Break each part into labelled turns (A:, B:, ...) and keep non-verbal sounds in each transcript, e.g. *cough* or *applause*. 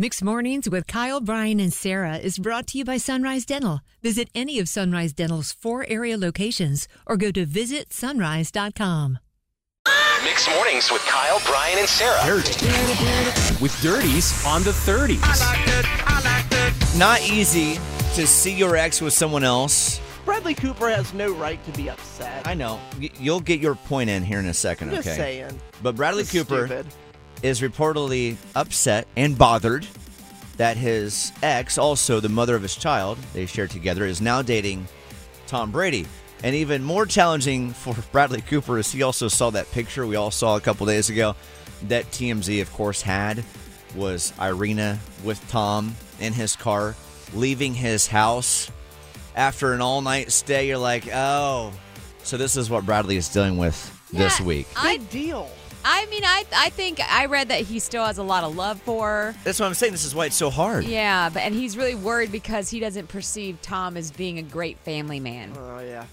A: Mixed Mornings with Kyle, Brian, and Sarah is brought to you by Sunrise Dental. Visit any of Sunrise Dental's four area locations or go to visitsunrise.com.
B: Mix mornings with Kyle, Brian, and Sarah.
C: with Dirties on the 30s.
D: Not easy to see your ex with someone else.
E: Bradley Cooper has no right to be upset.
D: I know. Y- You'll get your point in here in a second,
E: I'm just
D: okay?
E: saying.
D: But Bradley
E: This is
D: Cooper
E: stupid.
D: is reportedly upset and bothered that his ex, also the mother of his child they share together, is now dating Tom Brady. And even more challenging *laughs* for Bradley Cooper is he also saw that picture we all saw a couple days ago that TMZ, of course, had was Irina with Tom in his car leaving his house after an all night stay. You're like, oh, so this is what Bradley is dealing with this
F: Yeah,
D: week.
F: I,
E: Big deal.
F: I mean, I, I think I read that he still has a lot of love for her.
D: That's what I'm saying. This is why it's so hard.
F: Yeah, but and he's really worried because he doesn't perceive Tom as being a great family man.
E: Oh yeah.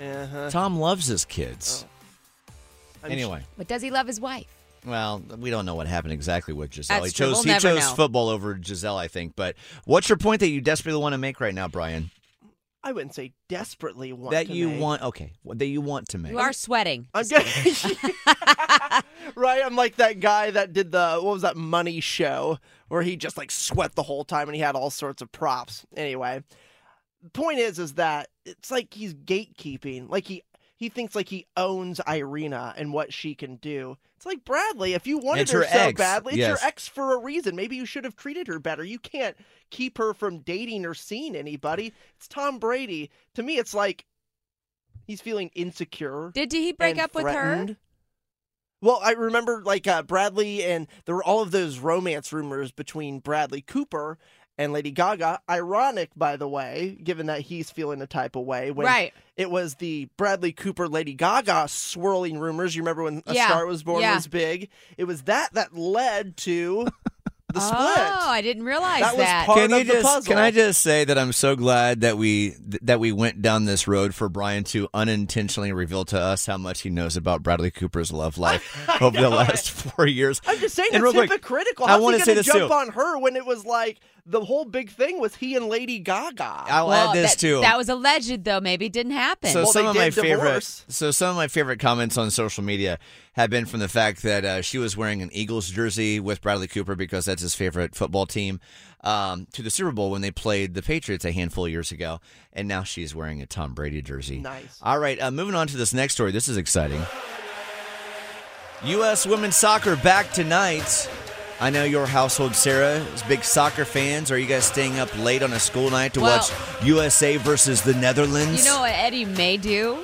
E: Uh *laughs* huh.
D: Tom loves his kids.
E: Oh,
D: anyway,
F: But does he love his wife?
D: well, we don't know what happened exactly with Giselle.
F: That's
D: he
F: true.
D: chose
F: We'll
D: he
F: never
D: chose
F: know.
D: football over Giselle, I think. But what's your point that you desperately want to make right now, Brian?
E: I wouldn't say desperately want
D: that
E: to
D: you
E: make.
D: want okay, what- that you want to make.
F: You are sweating.
E: I'm gonna, *laughs* right, I'm like that guy that did the what was that money show where he just like sweat the whole time and he had all sorts of props. Anyway, the point is, is that it's like he's gatekeeping. Like he he thinks like he owns Irina and what she can do. It's like Bradley. If you wanted
D: It's
E: her,
D: her
E: so
D: ex,
E: badly, it's
D: yes.
E: your ex for a reason. Maybe you should have treated her better. You can't keep her from dating or seeing anybody. It's Tom Brady. To me, it's like he's feeling insecure
F: Did he break
E: and
F: up with her?
E: threatened. Well, I remember like uh, Bradley and there were all of those romance rumors between Bradley Cooper and Lady Gaga. Ironic, by the way, given that he's feeling a type of way. When
F: Right.
E: It was the Bradley Cooper, Lady Gaga swirling rumors. You remember when A
F: Yeah.
E: Star Was Born
F: Yeah.
E: was big? It was that that led to
F: *laughs*
E: the split.
F: Oh, I didn't realize
E: That
F: that.
E: was part
D: can
E: of
D: you
E: the
D: just
E: puzzle.
D: can I just say that I'm so glad that we th- that we went down this road for Brian to unintentionally reveal to us how much he knows about Bradley Cooper's love
E: *laughs*
D: life over the last *laughs* four years.
E: I'm just saying
D: And real
E: it's
D: quick,
E: hypocritical.
D: I
E: How's
D: wanna
E: he
D: say
E: gonna
D: this
E: jump
D: too.
E: on her when it was like the whole big thing was he and Lady Gaga.
D: I'll
F: Well,
D: add this
F: that,
D: too.
F: That was alleged, though. Maybe it didn't happen.
D: So
E: Well,
D: some
E: they
D: of
E: did
D: my favorite,
E: divorce.
D: so some of my favorite comments on social media have been from the fact that uh, she was wearing an Eagles jersey with Bradley Cooper because that's his favorite football team um, to the Super Bowl when they played the Patriots a handful of years ago, and now she's wearing a Tom Brady jersey.
E: Nice.
D: All right, uh, moving on to this next story. This is exciting. U.S. women's soccer back tonight. I know your household, Sarah, is big soccer fans. Are you guys staying up late on a school night to
F: Well-
D: watch USA versus the Netherlands?
F: You know what Eddie may do?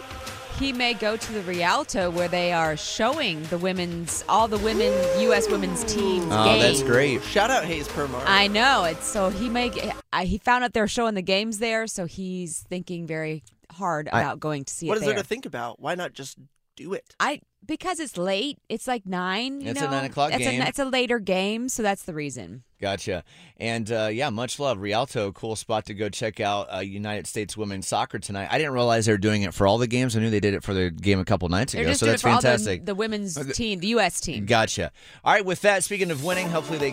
F: He may go to the Rialto where they are showing the women's, all the women, U.S. women's teams.
D: Oh,
F: games.
D: that's great.
E: Shout out Hayes Permar.
F: I know. It's so he may. Get, I, he found out they're showing the games there, so he's thinking very hard about going to see
E: What
F: it
E: is
F: there.
E: there to think about? Why not just do it?
F: I because it's late. It's like nine. You
D: It's a
F: know?
D: nine o'clock
F: It's a-
D: game.
F: it's a later game, so that's the reason.
D: Gotcha. And uh, yeah, much love. Rialto, cool spot to go check out uh, United States women's soccer tonight. I didn't realize they were doing it for all the games. I knew they did it for the game a couple nights
F: They're
D: ago.
F: just
D: So
F: doing
D: that's
F: it for all the-
D: fantastic.
F: The, women's team, the U.S. team.
D: Gotcha. All right, with that, speaking of winning, hopefully they